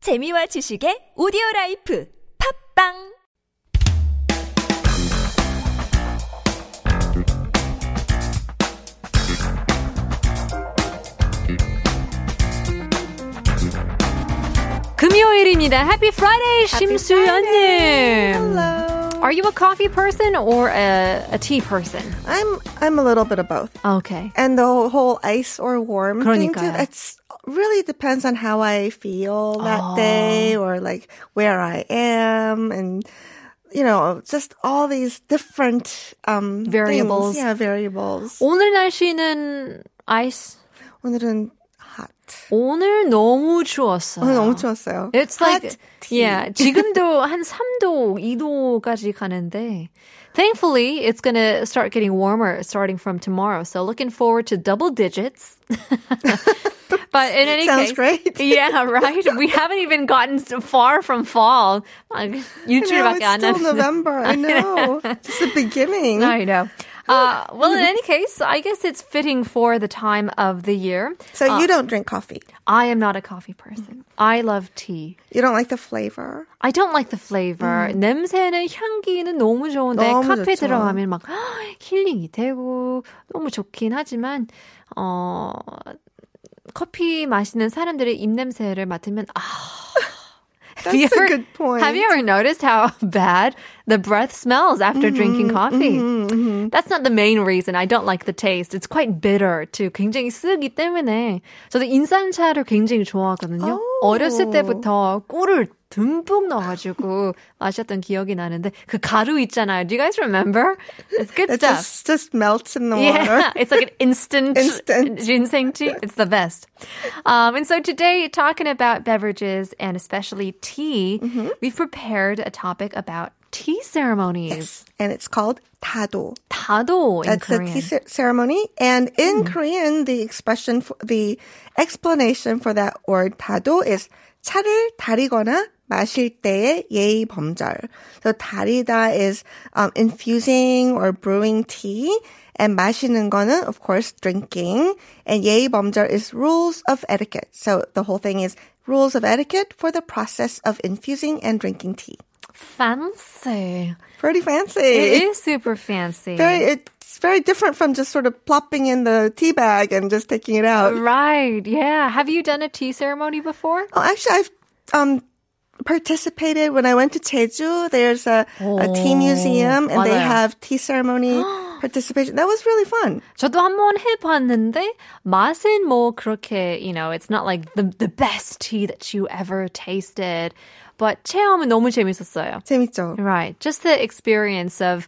재미와 지식의 오디오 라이프 팝빵 금요일입니다. Happy Friday, 심수연님. Hello. Are you a coffee person or a, a tea person? I'm I'm a little bit of both. Okay. And the whole ice or warm thing too. 그러니까요. It's really depends on how I feel that Oh. day or like where I am and you know, just all these different um Variables. things. Yeah, variables. 오늘 날씨는 ice. 오늘은 hot. 오늘 너무 추웠어요. 오늘 너무 추웠어요. It's like hot tea. yeah, 지금도 한 3도, 2도까지 가는데 Thankfully, it's going to start getting warmer starting from tomorrow. So looking forward to double digits. but in any Sounds case, great. yeah, right. We haven't even gotten so far from fall. 막 Now 일주일밖에 it's 안 still 남았는데. November. I know. it's the beginning. I know. Uh, well, in any case, I guess it's fitting for the time of the year. So you don't drink coffee. I am not a coffee 음. person. I love tea. You don't like the flavor. I don't like the flavor. 냄새는 향기는 너무 좋은데 음. 너무 카페 좋죠. 들어가면 막 힐링이 되고 너무 좋긴 하지만 어 커피 마시는 사람들의 입 냄새를 맡으면 아. Have you That's a ever- good point. Have you ever noticed how bad the breath smells after drinking coffee? That's not the main reason. I don't like the taste. It's quite bitter too. 굉장히 쓰기 때문에 저도 인삼차를 굉장히 좋아하거든요. 오. 어렸을 때부터 꿀을 듬뿍 넣어가지고 마셨던 기억이 나는데 그 가루 있잖아요. Do you guys remember? It's good It stuff. just just melts in the water. Yeah, it's like an instant, Instant. ginseng tea. It's the best. Um, and so today, talking about beverages and especially tea, we've prepared a topic about tea ceremonies. and it's called tado. 다도 in That's the Korean. Mm-hmm. tea cer- ceremony, and in Korean, the expression, for, the explanation for that word tado is 차를 다리거나 마실 때의 예의 범절. So 다리다 is um, infusing or brewing tea, and 마시는 거는 of course drinking, and 예의 범절 is rules of etiquette. So the whole thing is rules of etiquette for the process of infusing and drinking tea. fancy. Pretty fancy. It is super fancy. very it's very different from just sort of plopping in the tea bag and just taking it Oh. out. Right, yeah. Have you done a tea ceremony before? Oh, actually, I've um participated when I went to Jeju. There's a, a Oh, tea museum and they 맞아요. have tea ceremony participation. That was really fun. 저도 한번 해봤는데 맛은 뭐 그렇게 you know it's not like the the best tea that you ever tasted, but 체험은 너무 재밌었어요. 재밌죠? Right. Just the experience of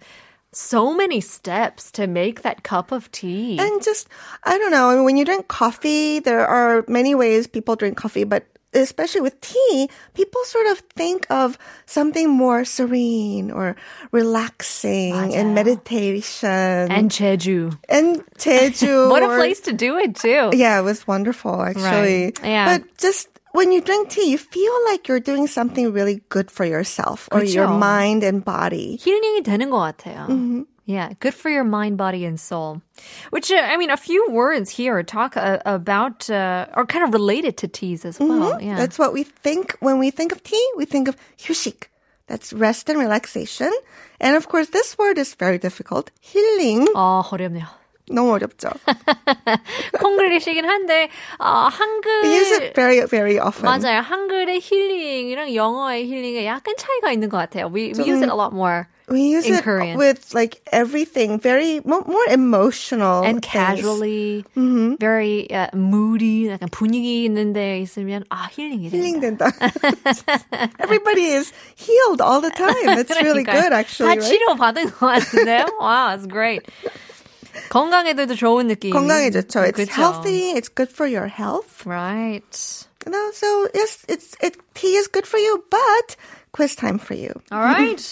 so many steps to make that cup of tea. And just, I don't know, I mean, when you drink coffee, there are many ways people drink coffee, but especially with tea, people sort of think of something more serene or relaxing and meditation. And Jeju. and Jeju. What a or- place to do it too. Yeah, it was wonderful actually. Right. Yeah. But just when you drink tea, you feel like you're doing something really good for yourself or your 그렇죠. mind and body. 힐링이 되는 것 같아요. Mm-hmm. Yeah, good for your mind, body, and soul. Which, uh, I mean, a few words here talk uh, about, uh, are kind of related to teas as well. Yeah. Mm-hmm. That's what we think when we think of tea. We think of 휴식. That's rest and relaxation. And of course, this word is very difficult. 힐링. 아, Ah, 어렵네요. 너무 어렵죠. 콩글리시긴 한데, 아, 한글. We use it very, very often. 맞아요. 한글의 힐링이랑 영어의 힐링에 약간 차이가 있는 것 같아요. We, we use it a Mm-hmm. lot more. We use in it Korean. with like everything, very mo- more emotional and things. Mm-hmm. casually, very uh, moody, 약간 분위기 있는데 있으면 아 힐링이 된다. Healing 된다. Everybody is healed all the time. That's really good, actually. 다 Right? 치료 받은 것 같은데요? wow, that's great. 건강에도 좋은 느낌. 건강해졌죠. It's 그쵸? healthy. It's good for your health. Right. And also, yes, it's it tea is good for you, but quiz time for you. All right.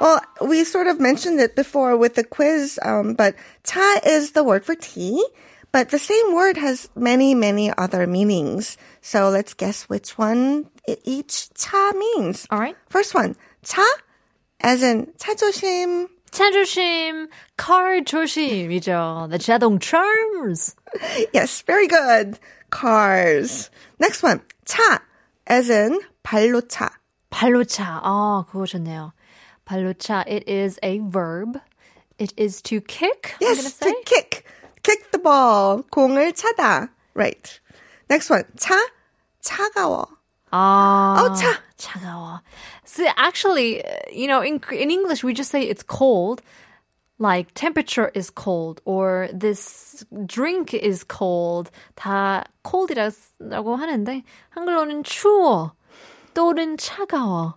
Well, we sort of mentioned it before with the quiz, um, but cha is the word for tea, but the same word has many, many other meanings. So let's guess which one e- each cha means. All right. First one, cha, as in 차 조심. 차 조심, car 조심이죠. The 자동 charms. Yes, very good. Cars. Next one. 차. as in 발로차. 발로차. 아, 그거 좋네요. 발로차. It is a verb. It is to kick. I'm gonna Yes, say. to kick. Kick the ball. 공을 차다. Right. Next one. 차, 차가워. 아, 차. 차가워. So actually, uh, you know, in in English we just say it's cold, like temperature is cold or this drink is cold. 다 cold이라고 하는데 한글로는 추워 또는 차가워.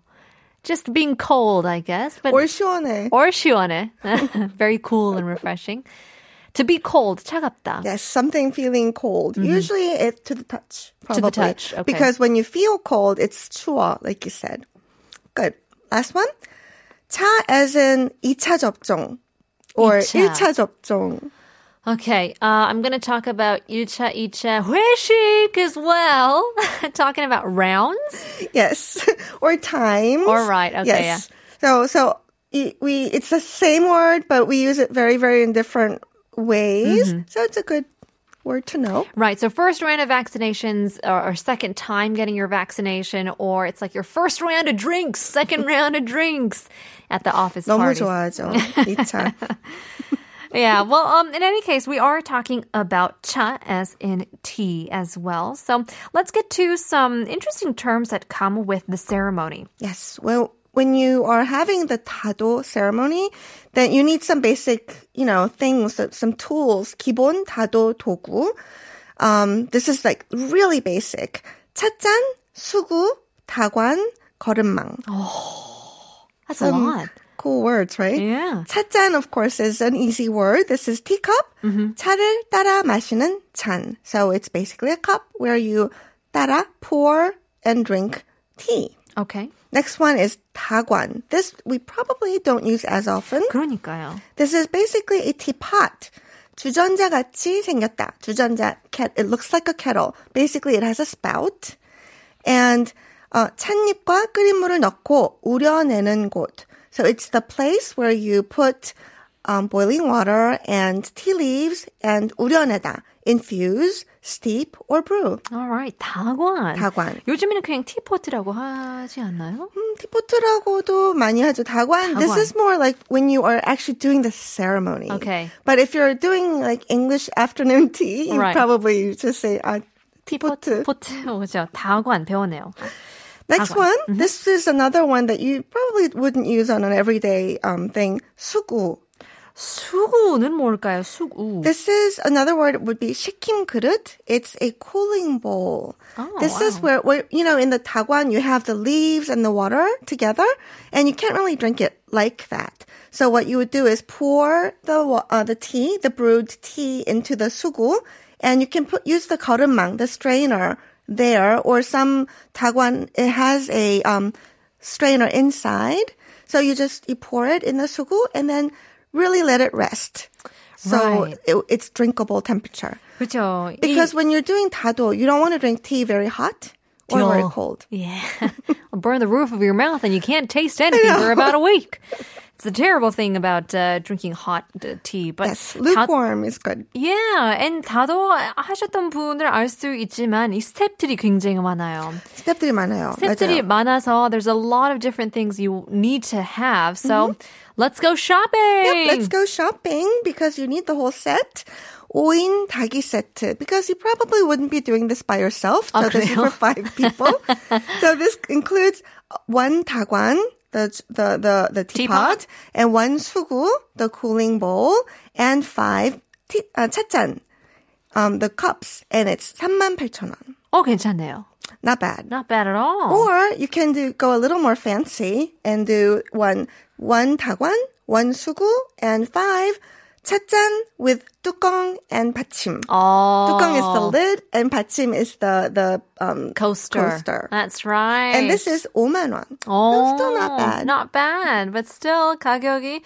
Just being cold, I guess. But 올 시원해. or 시원해. Very cool and refreshing. To be cold, 차갑다. Yes, something feeling cold. Usually it's to the touch. To Probably. the touch, okay. Because when you feel cold, it's 추워, like you said. Good. Last one. 차 as in 2차 접종 or 이차. 1차 접종. Okay, uh, I'm going to talk about 1차, 2차, 회식 as well. Talking about rounds. Yes. or times. Or right, okay, Yes. So so i- we it's the same word but we use it very very in different ways. Mm-hmm. So it's a good word to know. Right, so first round of vaccinations or, or second time getting your vaccination or it's like your first round of drinks, second round of drinks at the office 너무 parties. 좋아하죠. 2차. Yeah, well, um, in any case, we are talking about cha as in tea as well. So let's get to some interesting terms that come with the ceremony. Yes. Well, when you are having the tado ceremony, then you need some basic, you know, things, so- some tools. 기본 tado 도구. Um, this is like really basic. 찻잔, 수구, 다관, 거름망. That's a lot. Cool words, right? Yeah. 찻잔, of course, is an easy word. This is teacup. Mm-hmm. 차를 따라 마시는 잔. So it's basically a cup where you 따라 pour and drink tea. Okay. Next one is 다관. This we probably don't use as often. 그러니까요. This is basically a teapot. 주전자 같이 생겼다. 주전자 cat. It looks like a kettle. Basically, it has a spout. And 어, 찻잎과 끓인 물을 넣고 우려내는 곳. So it's the place where you put um, boiling water and tea leaves and 우려내다. Infuse, steep, or brew. All right, 다관. 다관. 요즘에는 그냥 티포트라고 하지 않나요? 음, 티포트라고도 많이 하죠. 다관. This 다관. is more like when you are actually doing the ceremony. Okay. But if you're doing like English afternoon tea, you Right. probably just say uh, 티포트. 포트 오죠. 다관 배웠네요. Next 다관. one. This is another one that you probably wouldn't use on an everyday um, thing. 수구. 수구는 뭘까요? 수구. This is another word would be 식힘 그릇. It's a cooling bowl. Oh, this is where, where you know in the tagwan you have the leaves and the water together, and you can't really drink it like that. So what you would do is pour the wa- uh, the tea, the brewed tea, into the sugu, and you can put use the 거름망, the strainer there, or some tagwan it has a um, strainer inside. So you just you pour it in the sugu and then really let it rest. So Right. it, it's drinkable temperature. 그렇죠. 이- Because when you're doing tado, you don't want to drink tea very hot or very Dull. cold. Yeah. I'll 예. burn the roof of your mouth and you can't taste anything for about a week. It's the terrible thing about uh, drinking hot uh, tea. But Yes, 다- lukewarm is good. yeah, and 다도 하셨던 분을 알 수 있지만 이 스텝들이 굉장히 많아요. 스텝들이 많아요. 스텝들이 맞아요. 많아서 there's a lot of different things you need to have. So let's go shopping. 음. Yep, let's go shopping because you need the whole set. 5인 닭이 세트. Because you probably wouldn't be doing this by yourself. So 아, this is 그래요? for five people. so this includes one tagwan, the, the, the, the teapot, Teapot. and one sugu, the cooling bowl, and five tea, uh, 찻잔, um, the cups. And it's 38,000원. 어 괜찮네요. Not bad. Not bad at all. Or you can do, go a little more fancy and do one one 다관, one 수구, and five 찻잔 with 뚜껑 and 받침. 어. 뚜껑 is the lid and 받침 is the the um coaster. coaster. That's right. and this is 5만 원. 어, still not bad. Not bad, but still 가격이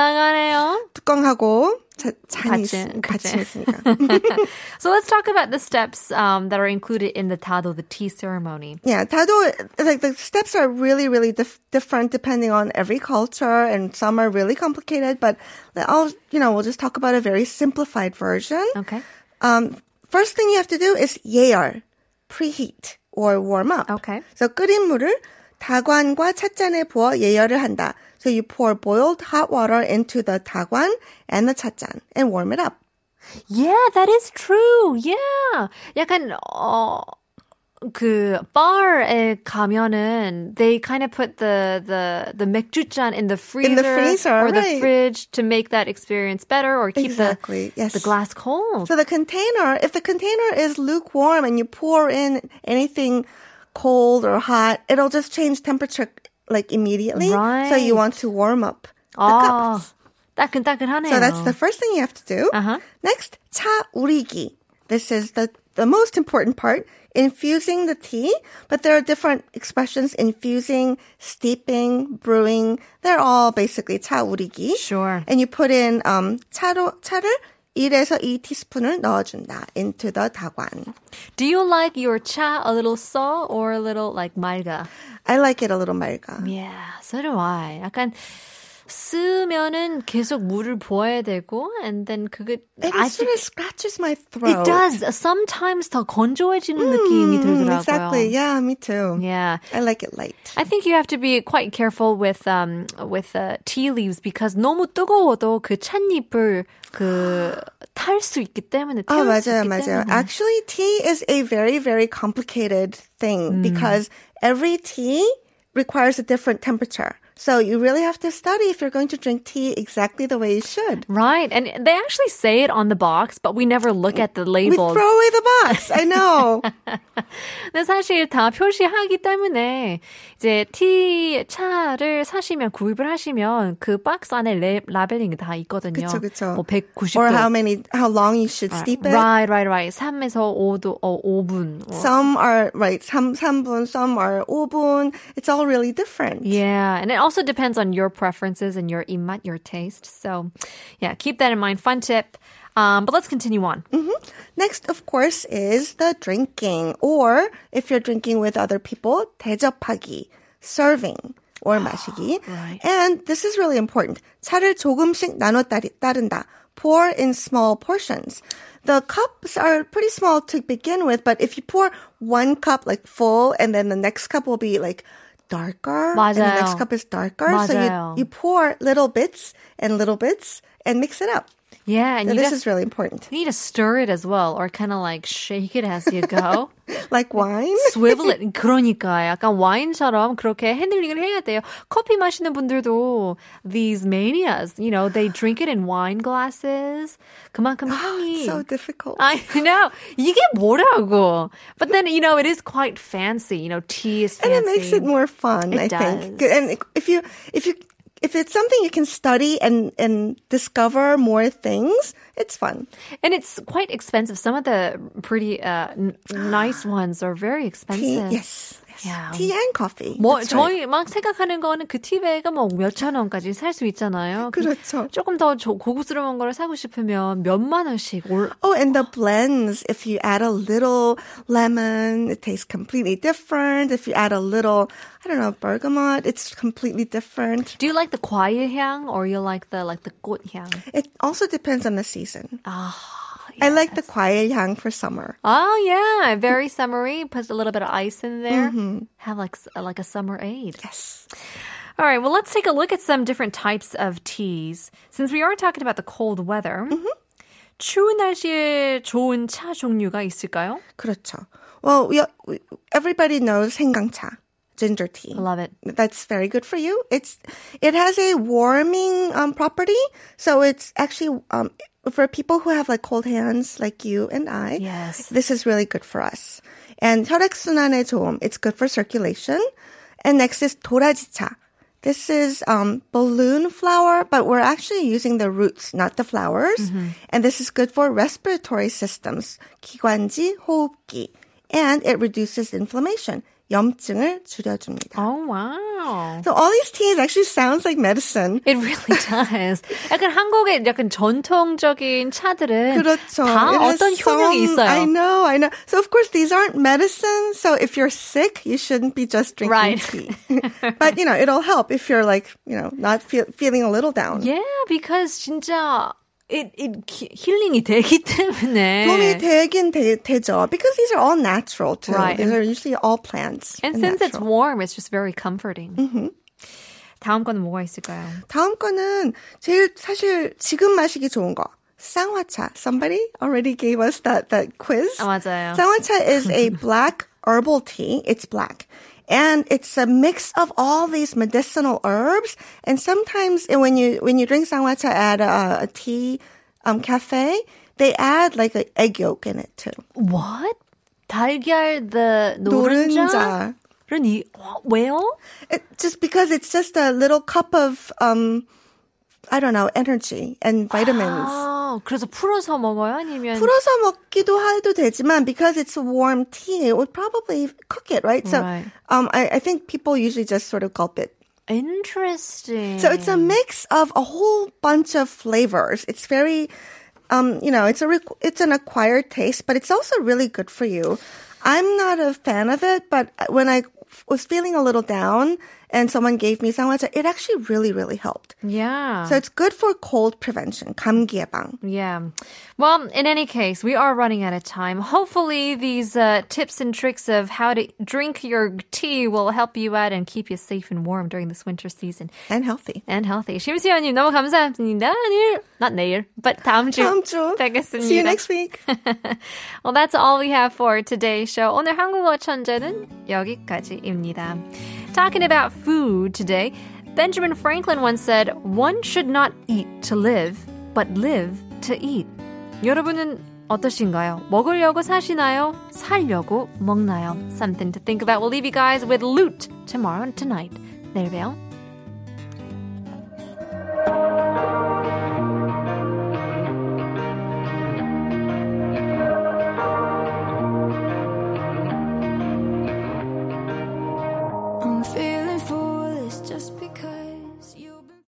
올라가네요. 뚜껑하고 자, 잔이 받침, 있- 그치. 받침 있으니까. So let's talk about the steps um, that are included in the tado, the tea ceremony. Yeah, tado like the steps are really really dif- different depending on every culture, and some are really complicated. But I'll you know we'll just talk about a very simplified version. Okay. Um, first thing you have to do is year, preheat or warm up. Okay. 그래서 끓인 물을 다관과 찻잔에 부어 예열을 한다. So you pour boiled hot water into the 다관 and the 찻잔 and warm it up. Yeah, that is true. Yeah. 약간 어, 그 bar에 가면은 they kind of put the the the 맥주잔 in the freezer, the freezer, or the right. fridge to make that experience better or keep Exactly. the Yes. the glass cold. So the container, if the container is lukewarm and you pour in anything cold or hot, it'll just change temperature like immediately. So Right. Ah. you want to warm up the 아, cups. 따끈따끈하네요. So that's the first thing you have to do. Uh-huh. Next, 차 우리기. This is the, the most important part, infusing the tea. But there are different expressions, infusing, steeping, brewing. They're all basically 차 우리기. Sure. And you put in um, 차로, 차를 1에서 2 티스푼을 넣어준다. into the 다관. Do you like your cha a little saw or a little like 말가? I like it a little 맑아. Yeah, so do I. 약간 쓰면은 계속 물을 부어야 되고 and then 그게 It I sort of scratches my throat. It does. Sometimes 더 건조해지는 느낌이 들더라고요. Exactly. Yeah, me too. Yeah. I like it light. I think you have to be quite careful with um with uh, tea leaves because 너무 뜨거워도 그 찻잎을 그탈 수 있기 아, 때문에 태울 수 Oh, 맞아요, 있기 맞아요. 때문에. Actually, tea is a very, very complicated Mm. thing because every tea requires a different temperature. So you really have to study if you're going to drink tea exactly the way you should. Right, and they actually say it on the box, but we never look at the We labels. throw away the box. I know. 근데 사실 다 표시하기 때문에 이제 티 차를 사시면 구입을 하시면 그 박스 안에 레, 라벨링이 다 있거든요. 그쵸, 그쵸. 뭐 190도. or how many, how long you should steep it. Right, right, right. 3에서 5도, 어, 5분. 어. Some are, right, some, 3분, some are 5분. It's all really different. Yeah, and it also depends on your preferences and your imat, your taste. So, yeah, keep that in mind. Fun tip. Um, but let's continue on. Mm. Next, of course, is the drinking, or if you're drinking with other people, 대접하기, serving, Ah, or 마시기. And this is really important. 차를 조금씩 나눠 따리- 따른다. Pour in small portions. The cups are pretty small to begin with, but if you pour one cup like full, and then the next cup will be like darker, and the 맞아요. next cup is darker, so 맞아요. you, you pour little bits and little bits and mix it up. Yeah, and So you this just is really important. need to stir it as well, or kind of like shake it as you go. Like wine. swivel it. 그러니까 약간 와인처럼 그렇게 핸들링을 해야 돼요. 커피 마시는 분들도 these manias, you know, they drink it in wine glasses. 그만큼 향이. so difficult. I know. 이게 뭐라고. But then, you know, it is quite fancy. You know, tea is and fancy. it makes it more fun, I It think. does. And if you if you if it's something you can study and and discover more things, it's fun. And it's quite expensive. Some of the pretty uh, n- nice ones are very Tea, expensive. yes, yes. Yeah. tea and coffee. 뭐 That's right. 저희 막 생각하는 거는 그 티백가 뭐몇천 원까지 살 수 있잖아요. 근데 그렇죠. 조금 더 조- 고급스러운 거를 사고 싶으면 몇만 원씩 올. Oh, and the blends. If you add a little lemon, it tastes completely different. If you add a little, I don't know, bergamot, it's completely different. Do you like the 과일 향 or you like the like the 꽃 향? It also depends on the season. Ah, I like the 과일 향 for summer. Oh yeah, very summery. Put a little bit of ice in there. Have like s- like a summer aid. Yes. All right, well let's take a look at some different types of teas. Since we are talking about the cold weather, 추운 날씨에 좋은 차 종류가 있을까요? 그렇죠. Well, we, we- everybody knows 생강차, ginger tea. Love it. That's very good for you. It's it has a warming um, property, so it's actually um, for people who have like cold hands, like you and I. Yes. this is really good for us. And 혈액순환에 좋음. It's good for circulation. And next is 도라지차. This is um, balloon flower, but we're actually using the roots, not the flowers. And this is good for respiratory systems, 기관지, 호흡기. And it reduces inflammation, 염증을 줄여줍니다. Oh wow. So all these teas actually sounds like medicine. It really does. 약간 한국의 약간 전통적인 차들은 그렇죠. 다 It has 어떤 효능이 some- 있어요. I know, I know. So of course these aren't medicine. So if you're sick, you shouldn't be just drinking Right. tea. but you know, it'll help if you're like, you know, not feel, feeling a little down. Yeah, because 진짜 it it 기- 힐링이 되기 때문에 도움이 되긴 되, 되죠. Because these are all natural too. Right. These are usually all plants. And since it's warm, it's just very comforting. 다음 거는 뭐가 있을까요? 다음 거는 제일 사실 지금 마시기 좋은 거. 쌍화차. Somebody already gave us that that quiz. 아, 맞아요. 쌍화차 is a black herbal tea. It's black. And it's a mix of all these medicinal herbs. And sometimes and when you when you drink sangwacha at a, a tea um, cafe, they add like an egg yolk in it too. What? 달걀 the 노른자? 이 어, 왜요? It, just because it's just a little cup of um, I don't know energy and vitamins. 아, 그래서 풀어서 먹어요? 아니면 풀어서 먹기도 해도 되지만 because it's a warm tea, it would probably cook it, right? So, Right. um, I, I think people usually just sort of gulp it. interesting. So it's a mix of a whole bunch of flavors. It's very, um, you know, it's a requ- it's an acquired taste, but it's also really good for you. I'm not a fan of it, but when I was feeling a little down and someone gave me sangwacha, it actually really, really helped. yeah. So it's good for cold prevention, 감기 예방. Yeah. Well, in any case, we are running out of time. Hopefully, these uh, tips and tricks of how to drink your tea will help you out and keep you safe and warm during this winter season and healthy. and healthy. 심수연님 너무 감사합니다. 내일, not 내일, but 다음 주 다음 주 뵙겠습니다. See you next week. well, that's all we have for today's show. 오늘 한국어 천재는 여기까지입니다. Talking about food today, Benjamin Franklin once said, "One should not eat to live, but live to eat." 여러분은 어떠신가요? 먹으려고 사시나요? 살려고 먹나요? Something to think about. We'll leave you guys with Loot tomorrow and tonight. 내일 봬요. I'm feeling foolish.